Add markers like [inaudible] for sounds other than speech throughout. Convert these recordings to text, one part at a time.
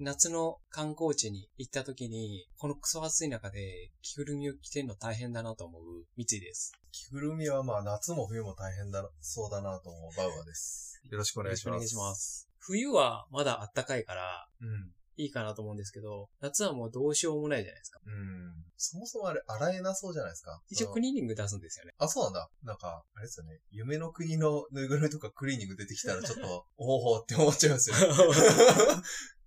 夏の観光地に行った時に、このクソ暑い中で着ぐるみを着てんの大変だなと思う三井です。着ぐるみはまあ夏も冬も大変だな、そうだなと思うバウアーです。よろしくお願いしまよろしくす。お願いします。冬はまだ暖かいからうん。いいかなと思うんですけど、夏はもうどうしようもないじゃないですか。うん。そもそもあれ、洗えなそうじゃないですか。一応そクのリーニング出すんですよね。あ、そうなんだ。なんか、あれですよね。夢の国のぬいぐるみとかクリーニング出てきたらちょっと、おほほって思っちゃいますよ [laughs] ね。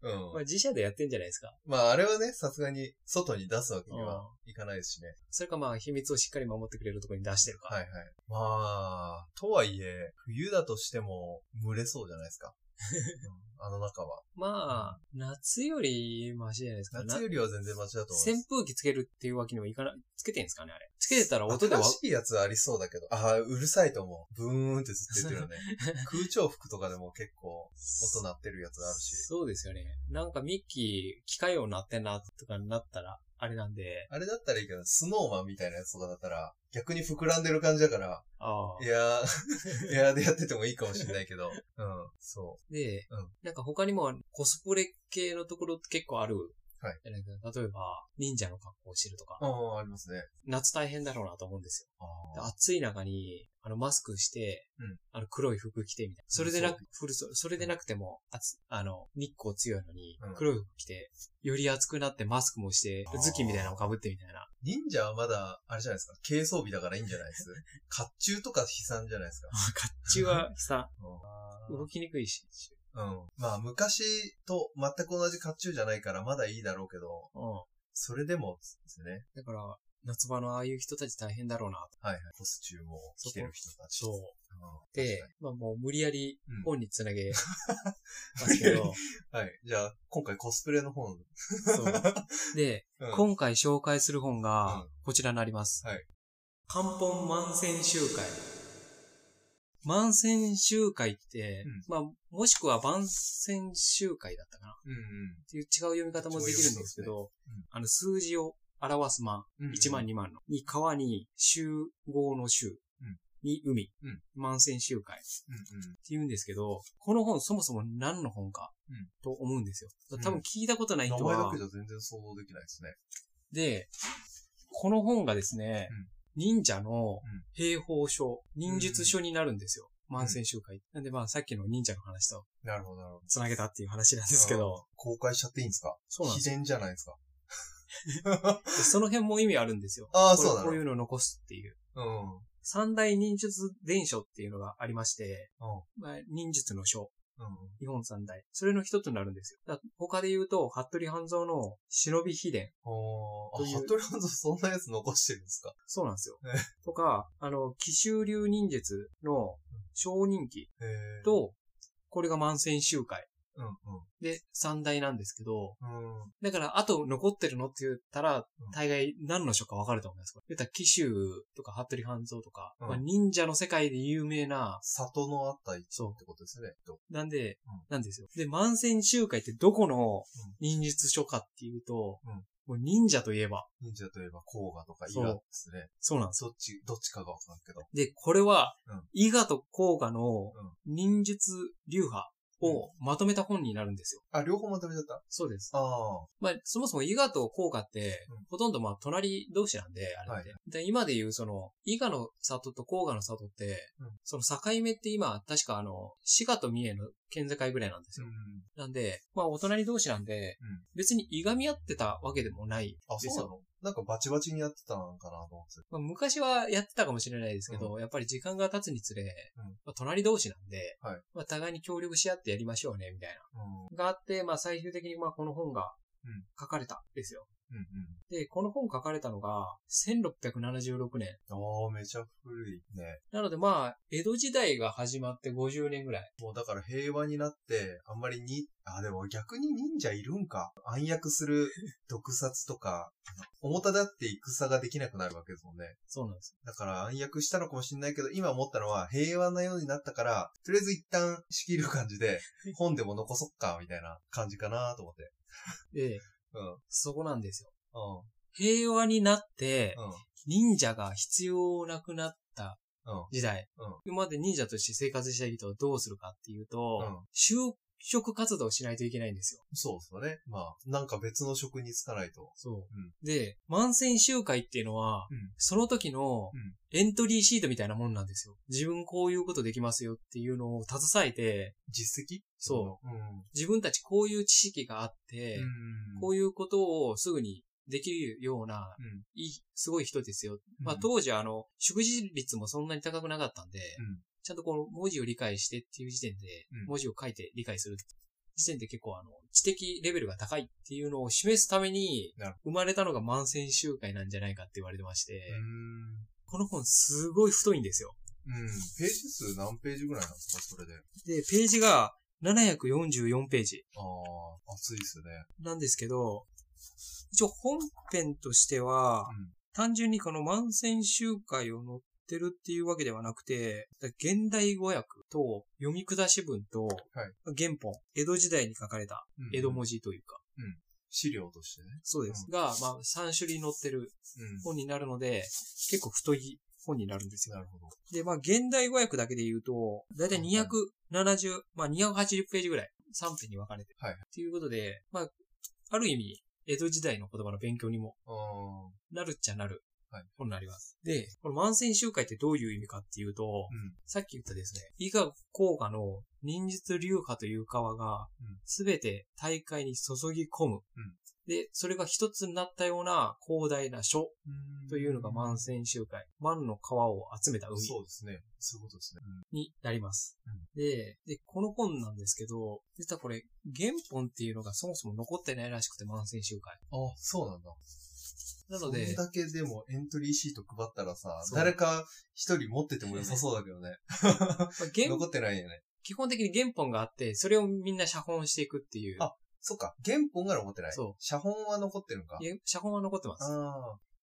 まあうん。自社でやってんじゃないですか。まあ、あれはね、さすがに外に出すわけにうんは、いかないですしね。それかまあ秘密をしっかり守ってくれるところに出してるか。はいはい。まあ、とはいえ、冬だとしても、蒸れそうじゃない [laughs] ですか。うんあの中は。まあ、夏よりマシじゃないですか。夏よりは全然マシだと思いま扇す。風機つけるっていうわけにもいかない。つけてんですかねあれ。つけてたら音でわ新、しいやつありそうだけど、ああ、うるさいと思う。ブーンってずっと言ってる [laughs] よね。空調服とかでも結構音鳴ってるやつあるし。そうですよね。なんかミッキー、機械音鳴ってんなとかになったら、あれなんで、あれだったらいいけど、スノーマンみたいなやつとかだったら、逆に膨らんでる感じだから、ああエ。[laughs] アー、エアーでやっててもいいかもしれないけど。うん、そで、うんなんか他にもコスプレ系のところって結構ある。はいじゃないですか。例えば、忍者の格好をしてるとかう。、ああ、ありますね。夏大変だろうなと思うんですあよ。ーで暑い中に、あの、マスクして、うんあの、黒い服着てみたいな。それでなく、フルソそれでうんなくても、暑あの、日光強いのにうん、黒い服着て、より暑くなってマスクもしてあー、ズッキーみたいなのを被ってみた [laughs] いな。 [laughs] 忍者はまだ、あれじゃないですか。軽装備だからいいんじ [laughs] ゃないです甲冑とか悲惨じゃないですか。甲冑はさ、うん動きにくいし。うん。まあ、昔と全く同じ甲冑じゃないからまだいいだろうけど、うん。それでもですね。だから、夏場のああいう人たち大変だろうなと。はいはい。コスチュームを着てる人たち。。そうん、で、まあもう無理やりうん本につな [laughs] げますけど、はい。じゃあ、今回コスプレの方の。そうで、うん今回紹介する本うがんこちらになります。はい。漢本万千集会。万千集会って、うんまあ、もしくは万千集会だったかなっうんていう違う読み方もできるんですけど、そういうことですねあの数字を表す万、うん。うん1万2万の。に川に集合の集。うんに海。うん万千集会。うんうん。って言うんですけど、この本そもそも何の本かうん、と思うんですよ。うん多分聞いたことない名人前だはけ、じゃ全然想像できないですね。で、この本がですね、うん忍者のうん兵法書、忍術書になるんですよ。万戦集会。なんでまあさっきの忍者の話となるほど、なるほど。繋げたっていう話なんでですけど、。公開しちゃっていいんですかそうなんで秘すよ。伝じゃない [laughs] ですか。でその辺も意味あるんですよ。ああ、こそうなこうのいうのを残すっていう。うん。三大忍術伝書っていうのがありまして、うんまあ、忍術の書、うん。日本三大。それの一つになるんですよ。だから他で言うと、服部半蔵の忍び秘伝。というおーあ、服部半蔵そんなやつ残してるんですかそうなんですよね。とか、あの、奇襲流忍術の小人記へえ。と、これが万戦集会うんうん。で三大なんですけど、うん。うん。だからあと残ってるのって言ったらうん、大概何の書か分かると思います。言ったら奇襲とか服部半蔵とか、うんまあ、忍者の世界で有名な、里のあったりっそう、てことですね。となんで、うんなんですよ。で、万戦集会ってどこのうん忍術書かっていうと、うんもう忍者といえば、忍者といえば、甲賀とか伊そう賀ですね。そうなんですよ。そっち、どっちかがわかんないけど。で、これはうん、伊賀と甲賀のうん忍術流派をまとめた本になるんですよ。あ、両方まとめちゃったそうです。ああ。まあ、そもそも伊賀と甲賀ってうん、ほとんどまあ、隣同士なんで、あれって。で今で言う、その、伊賀の里と甲賀の里って、うんその境目って今、確かあの、滋賀と三重の県境ぐらいなんですよ。ん。なんで、まあ、お隣同士なんで、うん別にいがみ合ってたわけでもないですよ。あ、そうなのなんかバチバチにやってたのかなと思って。まあ、昔はやってたかもしれないですけど、やっぱり時間が経つにつれ、うんまあ、隣同士なんで、はいまあ、互いに協力し合ってやりましょうね、みたいうん。うんな。があって、まあ、最終的にまあこの本がうん書かれたんですよ。うん。で、この本書かれたのが1676年。ああ、めちゃ古いね。なのでまあ、江戸時代が始まって50年ぐらい。もうだから平和になって、あんまりに、あ、でも逆に忍者いるんか。暗躍する毒殺とか、表立って戦ができなくなるわけですもんね。そうなんですよ。だから暗躍したのかもしれないけど、今思ったのは平和なようになったから、とりあえず一旦仕切る感じで、本でも残そっか、みたいな感じかなと思って。で、うん。そこなんですよ。う平和になって、ん。うん。忍者が必要なくなった [laughs] うん。時代。うん今まで忍者として生活してた人はどうするかっていうと、うん宗職活動しないといけないんですよ。そうそうね。まあ、なんか別の職に就かないと。そう。うんで、万戦集会っていうのは、うんその時のうんエントリーシートみたいなもんなんですよ。自分こういうことできますよっていうのを携えて、実績。そううん。自分たちこういう知識があって、こいういうことをすぐにできるような、うん。いい、すごい人ですよ。まあうん当時あの、食事率もそんなに高くなかったんで、うんちゃんとこの文字を理解してっていう時点でうん、文字を書いて理解するって時点で結構あの、知的レベルが高いっていうのを示すためになる、生まれたのが万千集会なんじゃないかって言われてまして、うん。この本すごい太いんですよ。うん。ページ数何ページぐらいなんですかそれで。で、ページが744ページああ、暑いっすね。なんですけど、一応本編としては、単純にこの万千集会を載ってるっていうわけではなくて、現代語訳と読み下し文と、原本、江戸時代に書かれたうん。うん江戸文。字というか、資料としてね。そうです。うが、まあ、3種類載ってるう本になるので、結構太い本になるんですん。なよ。るほど。で、まあ、現代語訳だけで言うと、だいたい270、まあ、280ページぐらい、3編に分かれてる。はいっていうことで、まあ、ある意味、江戸時代の言葉の勉強にもああ。なるっちゃなるはい本になります。で、この万千集会ってどういう意味かっていうと、うん。さっき言ったですね、医学効果の忍術流派という川がうん、すべて大会に注ぎ込む。うんで、それが一つになったような広大な書うんというのが万千集会。万の川を集めた海そうですね。そういうことですね。になります。で、で、この本なんですけど、実はこれ、原本っていうのがそもそも残ってないらしくて、万千集会。ああ、そうなんだ。なのでこん、だけでもエントリーシート配ったらさ、そう誰か一人持ってても良さそうだけどね。まあ原 [laughs] 残ってないよね。基本的に原本があって、それをみんな写本していくっていう。あそっか、原本が残ってない。そう写本は残ってるのかい。や写本は残ってます。あ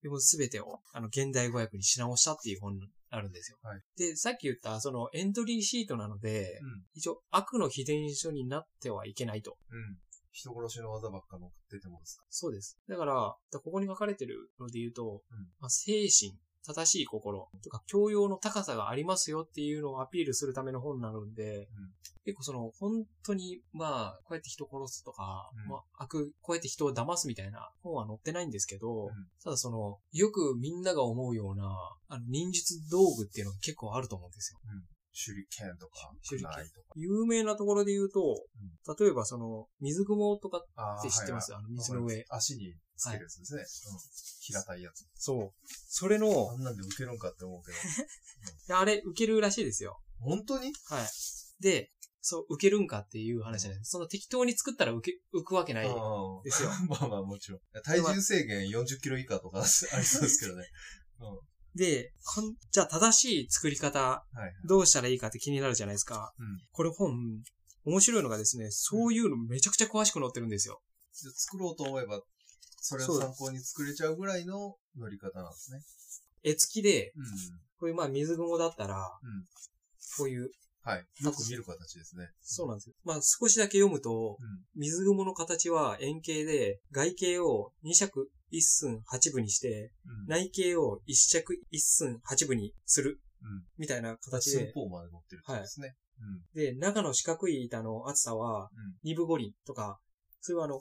でも全てを、あの、現代語訳にし直したっていう本になるんですよ。はいで、さっき言った、その、エントリーシートなのでー、うん。一応、悪の秘伝書になってはいけないと。うん。人殺しの技ばっか載っててもですか。そうです。だから、ここに書かれてるので言うと、うんまあ、精神、正しい心とか、教養の高さがありますよっていうのをアピールするための本になるんで、結構その、本当に、まあ、こうやって人殺すとか、うんまあ、悪、こうやって人を騙すみたいな本は載ってないんですけど、うんただその、よくみんなが思うような、あの、忍術道具っていうのが結構あると思うんですよ。手裏剣とか、手裏剣ないとか。有名なところで言うと、例えばその、水雲とかっあて知ってます、あの、水の上。足につけるやつですね。うん平たいやつ。そう。それのあ、んなんで受けるんかって思う [laughs] けど。あれ、受けるらしいですよ。本当にはい。で、そう、受けるんかっていう話じゃないです。その適当に作ったら受け、浮くわけないうんですよ。まあまあもちろん。体重制限40キロ以下とかありそうですけどね。で、こんじゃあ正しい作り方はいはい、どうしたらいいかって気になるじゃないですか。うんこれ本、面白いのがですね、そういうのめちゃくちゃ詳しく載ってるんですよ。作ろうと思えば、それを参考に作れちゃうぐらいの乗り方なんですね。絵付きで、うん。こういうまあ水雲だったら、んこういう、はい。よく見る形ですね。そうなんですよ。まあ少しだけ読むと、うん。水雲の形は円形で、外形を2尺1寸8分にして、うん。内形を1尺1寸8分にするうん。みたいな形寸で、法まで乗ってるってことですね。で、中の四角い板の厚さはうん、二分五輪とか、そういうあの、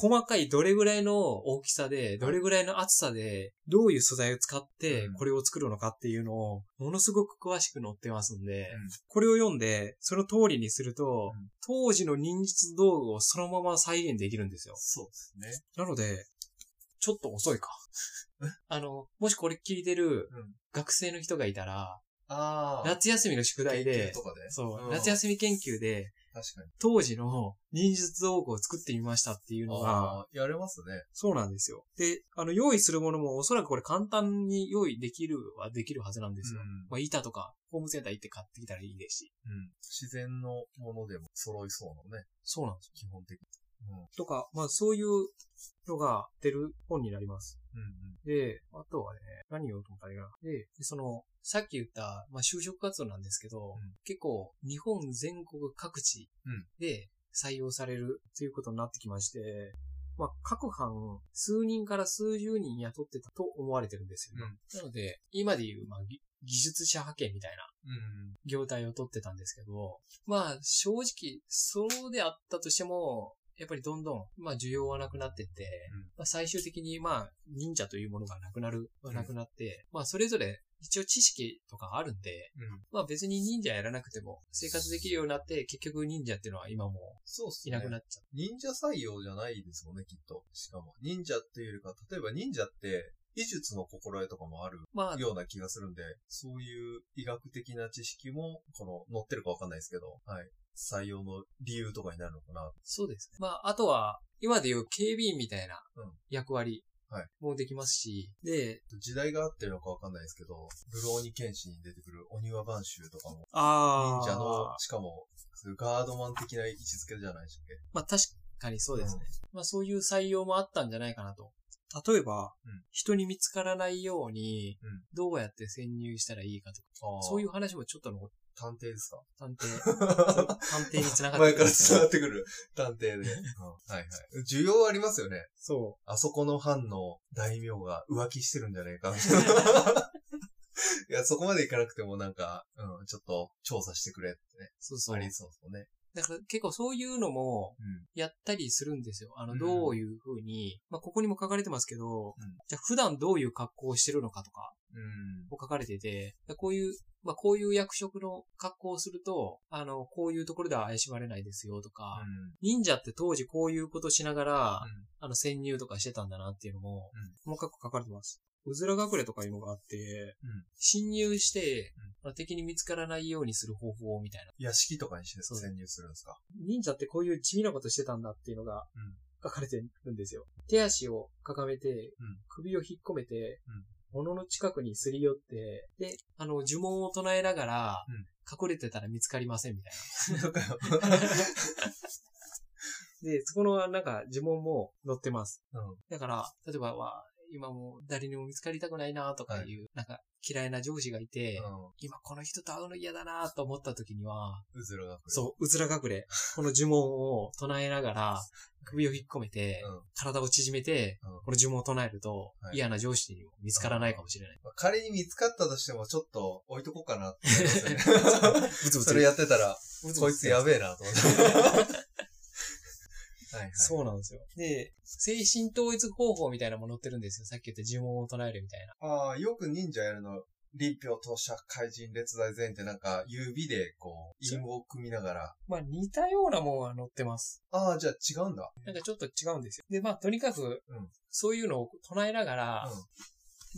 細かいどれぐらいの大きさで、どれぐらいの厚さで、どういう素材を使ってうんこれを作るのかっていうのを、ものすごく詳しく載ってますんでうん、これを読んで、その通りにするとうん、当時の忍術道具をそのまま再現できるんですよ。そうですね。なので、ちょっと遅いか。あの、もしこれ聞いてるうん学生の人がいたら、ああ。夏休みの宿題で研究、とかで。そう、ん夏休み研究で、確かに。当時の忍術道具を作ってみましたっていうのが、ああ、やれますね。そうなんですよ。で、あの、用意するものもおそらくこれ簡単に用意できるはできるはずなんですよ。うんまあ、板とか、ホームセンター行って買ってきたらいいですし。うん。自然のものでも揃いそうなのね。そうなんですよ。基本的に。とか、まあ、そういうのが出る本になります。うん。うんで、あとはね、何言おうと思ったらいいかな。で、でその、さっき言った、まあ、就職活動なんですけど、うん結構、日本全国各地うんで採用されるということになってきまして、まあ、各班、数人から数十人雇ってたと思われてるんですよ。なので、今でいう、まあ、ぎ技術者派遣みたいなうん。業態を取ってたんですけど、まあ正直、そうであったとしても、やっぱりどんどん、まあ需要はなくなってって、うんまあ最終的にまあ忍者というものがなくなる、んなくなって、まあそれぞれ一応知識とかあるんで、うん。まあ別に忍者やらなくても生活できるようになって、結局忍者っていうのは今もそうっすいね。なくなっちゃっ忍者採用じゃないですもんね、きっと。しかも。忍者っていうよりか、例えば忍者って、医術の心得とかもあるた。まあ、ような気がするんで、そういう医学的な知識も、この、載ってるかわかんないですけど、はい。採用の理由とかになるのかな。そうですね。まああとは、今でいう警備員みたいなうん役割はいもできますし、で、時代があってるのかわかんないですけど、ブローニケンシに出てくるお庭番衆とかも、あ忍者の、しかも、そういうガードマン的な位置づけじゃないでしたっけまあ確かにそうですね。まあそういう採用もあったんじゃないかなと。例えば、うん人に見つからないようにうん、どうやって潜入したらいいかとか、ああそういう話もちょっとの探偵ですか [laughs] 探偵、探偵につながっ前てくからる。伝わってくる。探偵で。うんはいはい。需要ありますよね。そあそこの藩の大名が浮気してるんじゃないか。 [laughs] いや、そこまでいかなくてもなんか、うん、ちょっと調査してくれってねう。。そうそうあ。りそうですもんね。だから結構そういうのもうん。やったりするんですよ。あうの、んどういうふうに、まあここにも書かれてますけど、うんじゃあ普段どういう格好をしてるのかとかうん。も書かれてて、こういう、まあこういう役職の格好をすると、あの、こういうところでは怪しまれないですよとか、うん忍者って当時こういうことしながら、あの、潜入とかしてたんだなっていうのも、細かく書かれてます。うずら隠れとかいうのがあって、うん侵入して、あの敵に見つからないようにする方法みたいな。屋敷とかにしてそう潜入するんで [laughs] すか忍者ってこういう地味なことしてたんだっていうのがうん書かれてるんですよ。手足をかがめて、うん首を引っ込めて、うん物の近くにすり寄って、で、あの、呪文を唱えながら、うん隠れてたら見つかりませんみたいな。とかよ。 [laughs] で、そこのなんか呪文も載ってます。うんだから、例えばは、今もう誰にも見つかりたくないなとかいう、なんか嫌いな上司がいて、うん今この人と会うの嫌だなと思った時には、うずらが来る。そう、うずら隠れ。この呪文を唱えながら、首を引っ込めて、うん体を縮めて、うんこの呪文を唱えると、はい嫌な上司にも見つからないかもしれない。まあ仮に見つかったとしても、ちょっと置いとこうかなって思います [laughs] よねブツブツ [laughs] それやってたら、ブツこブいツつやべえなと思って。 [laughs] はいはい。そうなんですよ。で、精神統一方法みたいなのも載ってるんですよ。さっき言った呪文を唱えるみたいな。ああ、よく忍者やるの、立票当社怪人列大全員ってなんか指でこう、陰を組みながら。まあ似たようなもんは載ってます。ああ、じゃあ違うんだ。なんかちょっと違うんですよ。で、まあとにかくうん、そういうのを唱えながら、う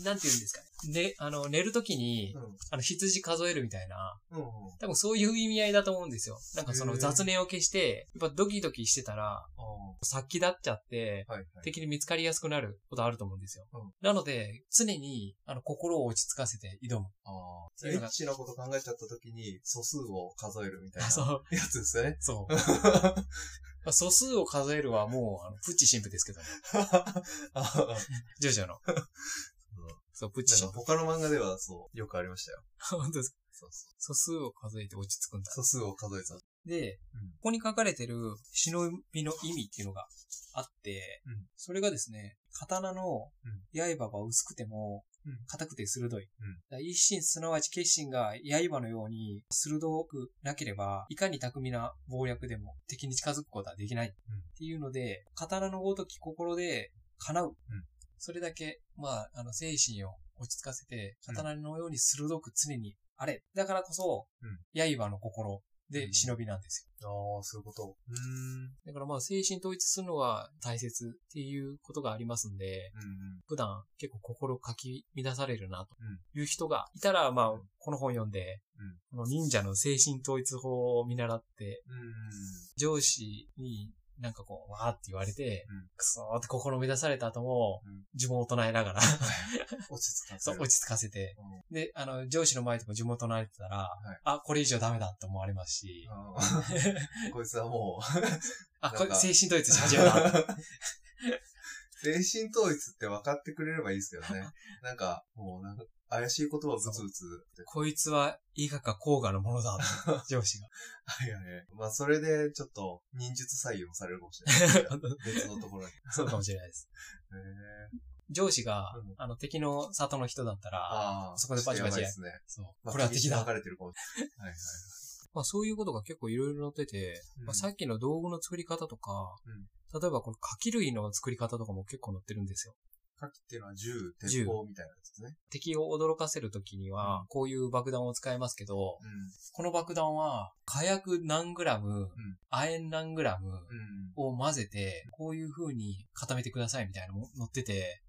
なんて言うんですかね。ね、あの、寝るときに、ん。うん。あの、羊数えるみたいな、うん。多分そういう意味合いだと思うんですよ。なんかそへのー雑念を消して、やっぱドキドキしてたら、ああ先立っちゃって、はいはい。敵に見つかりやすくなることあると思うんですよ。うんなので、常に、あの、心を落ち着かせて挑む。ああ。ていエうのがッチなこと考えちゃった時に素数を数えるみたいなあ [laughs] そう、やつですよ [laughs] ね。そう。まあ素数を数えるはもう、あのプッチ神父ですけどね。ああジョジョ [laughs] の。そう、プッチなん神か父。他の漫画ではそう、よくありましたよ。 [laughs] 本当ですそうそ素う数を数えて落ち着くんだ。素数を数えた。で、うんここに書かれてる忍びの意味っていうのがあって、うんそれがですね、刀のうん刃が薄くてもうん、硬くて鋭い。うんだから一心すなわち決心が刃のように鋭くなければ、いかに巧みな謀略でも敵に近づくことはできない。うんっていうので、刀のごとき心で叶う。んそれだけ、まあ、あの、精神を落ち着かせて、刀のように鋭く常にあれ。だからこそ、刃の心で忍びなんですああ、そういうこと。うーん。よ。だからまあ精神統一するのが大切っていうことがありますんで、うん普段結構心かき乱されるなうんという人がいたら、まあこの本読んで、この忍者の精神統一法を見習って、うん。うん。上司になんかこう、わーって言われて、うんくそーって心乱された後もうん、呪文を唱えながら、落ち着かせそうる。落ち着かせて、で、あの、上司の前でも呪文を唱えてたら、いあ、これ以上ダメだって思われますし、 [laughs] うんこいつはもう、あ、これなんか精神統一し始めた。精神統一って分かってくれればいいです [laughs] けどね。なんか、もうなんか、怪しい言葉をブツブツ。こいつは、伊賀か甲賀のものだ。 [laughs] 上司が。はいはいはい。まあ、それで、ちょっと、忍術採用されるかもしれ [laughs] ない。別のところに。へそうかもしれない [laughs] です。え上司がうん、あの、敵の里の人だったら、ああ、そこでバチバチちょっとやばいですね。そう、まあこれは敵だ分。かれてるかもしれない。はいはい。まあそういうことが結構いろいろ載ってて、うんまあさっきの道具の作り方とか、うん例えばこの柿類の作り方とかも結構載ってるんですよ。火器っていうのは銃、銃鉄砲みたいなやつですね。敵を驚かせるときには、こういう爆弾を使いますけど、うん。この爆弾は、火薬何グラム、亜鉛何グラムうん。を混ぜて、こういう風に固めてくださいみたいなのも載ってて、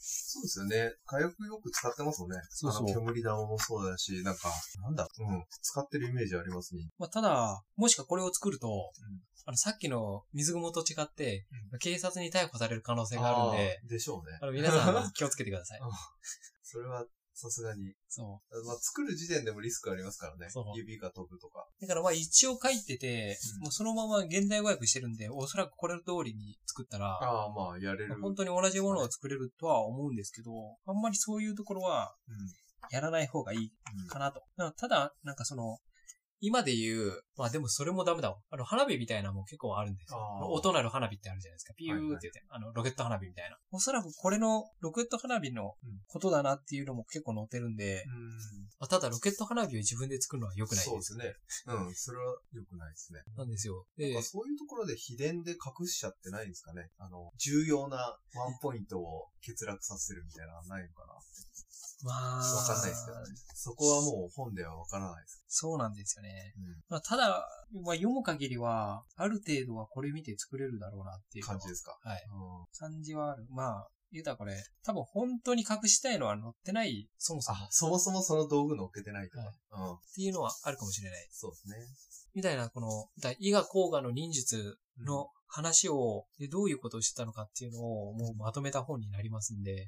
そうですよね。火薬よく使ってますもんね。そうそうあの煙玉もそうだし、なんか、なんだ、うん。使ってるイメージありますね。まあただ、もしかこれを作ると、んあのさっきの水雲と違って、う警察に逮捕される可能性があるんで、あー。でしょうね。あの皆さ [laughs] ん気をつけてください。それは、さすがに。そう。まあ、作る時点でもリスクありますからねそう。指が飛ぶとか。だからまあ一応書いてて、うんもうそのまま現代語訳してるんで、おそらくこれの通りに作ったら、ああ、まあ、やれる。まあうん本。当に同じものを作れるとは思うんですけど、あんまりそういうところはやらない方がいいかなと。だからただ、なんかその、今で言う、まあでもそれもダメだわ。あの、花火みたいなのも結構あるんですよ。あー音なる花火ってあるじゃないですか。ピューって言って、あの、ロケット花火みたいな。おそらくこれのロケット花火のことだなっていうのも結構載ってるんで、うん。まあ、ただロケット花火を自分で作るのは良くないそうで。ですすね。うん、それは良くないですね。なんですよ。でまあそういうところで秘伝で隠しちゃってないんですかね。あの、重要なワンポイントを欠落させるみたいなのはないのかな。まあ、わかんないですけどね。そこはもう本ではわからないです。そうなんですよね。うんまあ、ただ、まあ、読む限りは、ある程度はこれ見て作れるだろうなっていう感じですか。はい。うん感じはある。まあ、言うたらこれ、多分本当に隠したいのは載ってない、そもそもあっ、そもそもその道具乗っけてないとか。うん。ていうのはあるかもしれない。そうですね。みたいな、この、だ伊賀甲賀の忍術うんの話を、で、どういうことをしてたのかっていうのを、もうまとめた本になりますんで、うん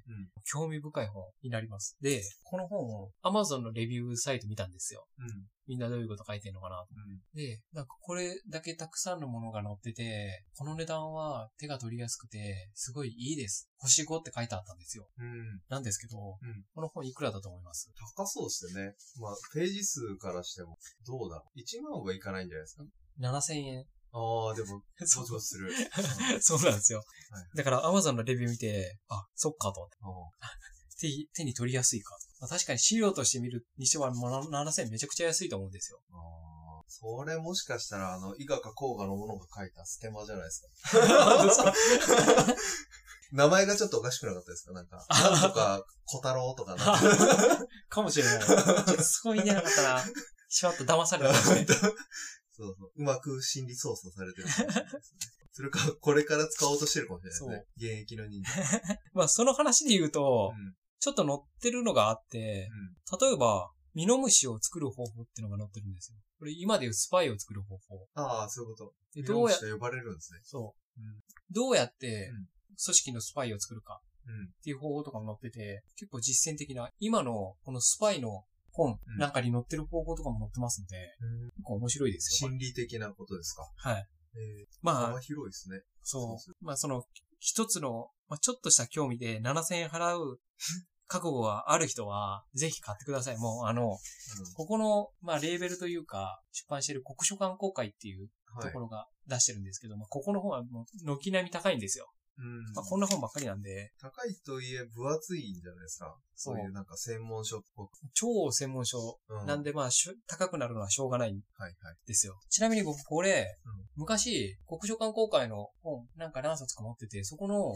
興味深い本になります。で、この本を Amazon のレビューサイト見たんですよ。うん。みんなどういうこと書いてるのかなとうん。で、なんかこれだけたくさんのものが載ってて、この値段は手が取りやすくて、すごいいいです。星5って書いてあったんですよ。うん。なんですけど、うんこの本いくらだと思います高そうですよね。まあ、ページ数からしても、どうだろう。1万はいかないんじゃないですか。 ?7000 円。ああ、で [laughs] も、そ想う像する。う [laughs] んそうなんですよ。はいだから Amazon のレビュー見て、あ、そっかと。あー手に手に取りやすいか。まあ確かに資料として見るにしてはもうな7000円めちゃくちゃ安いと思うん [laughs] ですよ。あーそれもしかしたら、あの、伊賀か甲賀のものが書いたステマじゃないですか。 [laughs] 名前がちょっとおかしくなかったですかなん [laughs] か、なんとか、小太郎とかなんか、かもしれない。ちょっとそこに出なかったら、しまっと騙されたかもしれない。 [laughs] そうそう。うまく心理操作されてるかもしれないですね。それか、これから使おうとしてるかもしれないですね。現役の忍者。まあその話で言うとう、ん。ちょっと載ってるのがあって、例えば、ミノムシを作る方法っていうのが載ってるんですよ。これ今でいうスパイを作る方法。ああ、そういうこと。で、どどううやや、呼ばれるんですね。そう、うんどうやってうん、組織のスパイを作るかうん。っていう方法とかも載ってて、結構実践的な、今のこのスパイの本うんなんかに載ってる方法とかも載ってますんで、結構面白いですよ。心理的なことですか。はい。えー、まあ幅、広いですね。そうそ。そうまあその、一つの、まあちょっとした興味で7000円払う [laughs] 覚悟がある人は、ぜひ買ってください。もうあの、ここの、まあ、レーベルというか、出版している国書館公開っていううん。とはいこ。ろが出してるんですけど、まあ、ここの本はもう、軒並み高いんですよ。うん。まあ、こんな本ばっかりなんで、高いといえ、分厚いんじゃないですか。そそうういうなんか専門書っぽく。超専門書うなん。で、まあ、しゅ高くなるのはしょうがないんはいはい。ですよ。ちなみに僕、これうん、昔、国書館公開の本、なんか何冊か持ってて、そこの、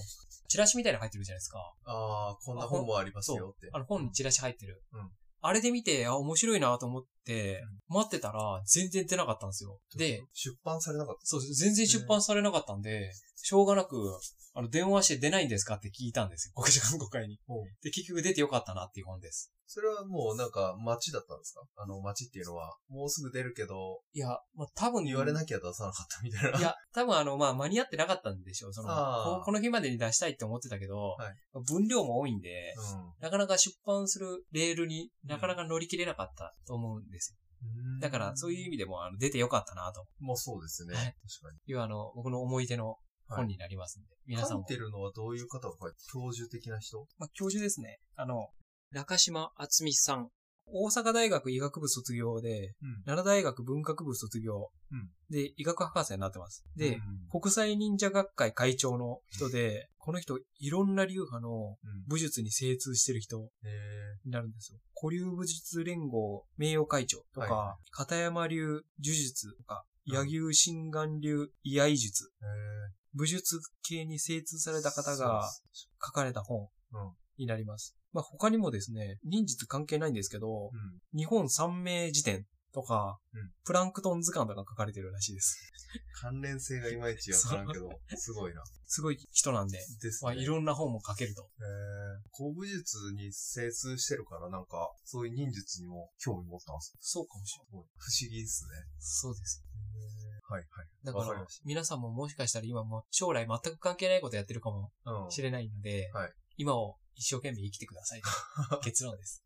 チラシみたいなの入ってるじゃないですか。ああ、こんな本もありますよって。あの、本にチラシ入ってる。うんあれで見て、あ、面白いなと思って、待ってたら、全然出なかったんですよ。で、、出版されなかっそう、全然出版されなかったんで、しょうがなく、あの、電話して出ないんですかって聞いたんですよ。国事観光会にほう。で、結局出てよかったなっていう本です。た。それはもうなんか街だったんですかあの街っていうのは、もうすぐ出るけど、いや、まあ、多分言われなきゃ出さなかったみた [laughs] いな。いや、多分あの、まあ、間に合ってなかったんでしょう。その、あーここの日までに出したいって思ってたけど、はい分量も多いんでう、ん。なかなか出版するレールになかなか乗り切れなかったと思うんですよ。うんだから、そういう意味でも、あの、出てよかったなともうそうですね。はい確かに。いう、あの、僕の思い出のはい本になりますんで、皆さ書んいもて。るのはどういう方が書いて教授的な人まあ、教授ですね。あの、中島厚美さん。大阪大学医学部卒業で、うん。奈良大学文学部卒業。うんで、医学博士になってます。うで、ん、国際忍者学会会長の人で、この人、いろんな流派のうん。武術に精通してる人えーになるんですよ。古流武術連合名誉会長とか、は片山流呪術とか、うん柳生心眼流居合術、えー武術系に精通された方が書かれた本うんになります。まあ他にもですね、忍術関係ないんですけど、うん。日本三名辞典とか、うんプランクトン図鑑とか書かれてるらしいです。関連性がいまいちわからん [laughs] けど、すごいな。すごい人なんで、ですまね。あいろんな本も書けると。えー、古武術に精通してるから、なんか、そういう忍術にも興味持ったんです。そうかもしれない。すごい不思議ですね。そうです。はいだかわからりまし、皆さんももしかしたら今もう将来全く関係ないことやってるかもはい。うん。しれないので、はい今を一生懸命生きてください [laughs] と。結論です。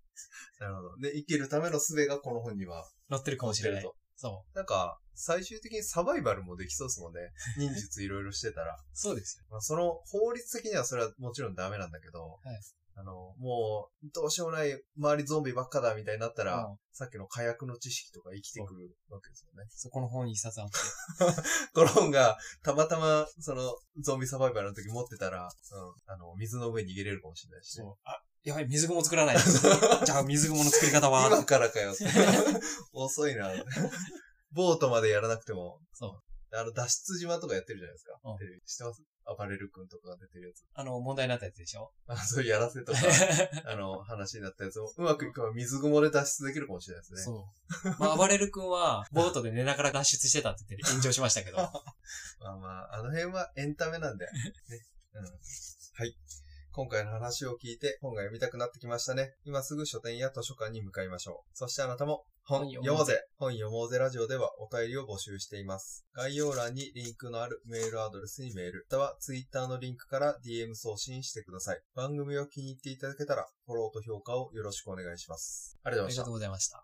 なるほど。で、生きるための術がこの本には載ってるかもしれな載っている。そと。なんか、最終的にサバイバルもできそうですもんね。忍術いろいろしてたらう。。そうですまあ、その、法律的にはそれはもちろんダメなんだけど、いあの、もう、どうしようもない、周りゾンビばっかだみたいになったよ。ら、うんさっきの火薬の知識とか生きてくるわけですよね。そこの本一冊あって。ドローンが、たまたま、その、ゾンビサバイバルの時持ってたら、うん、あの、水の上に逃げれるかもしれないし、ね。そう。あ、やばい、水雲作 [laughs] らないと。じゃあ水雲の作り方は今からかよ [laughs] って。遅いな。ボートまでやらなくても。そあの、脱出島とかやってるじゃないですか。うんテレビ知ってますアパレル君とかが出てるやつ。あの、問題になったやつでしょあそういうやら [laughs] せとか、あの、話になったやつも、うまくいくば水雲で脱出できるかもしれないですね。そう。まあ、暴れる君は、ボートで寝ながら脱出してたって言って炎上しました [laughs] けど。まあまあ、あの辺はエンタメ [laughs] なんで。ね。うん。はい。今回の話を聞いて本が読みたくなってきましたね。今すぐ書店や図書館に向かいましょう。そしてあなたも本本読もうぜ本読もうぜラジオではお便りを募集しています。概要欄にリンクのあるメールアドレスにメール、またはツイッターのリンクから DM 送信してください。番組を気に入っていただけたらフォローと評価をよろしくお願いします。ありがとうあございまりしたがと。うございました。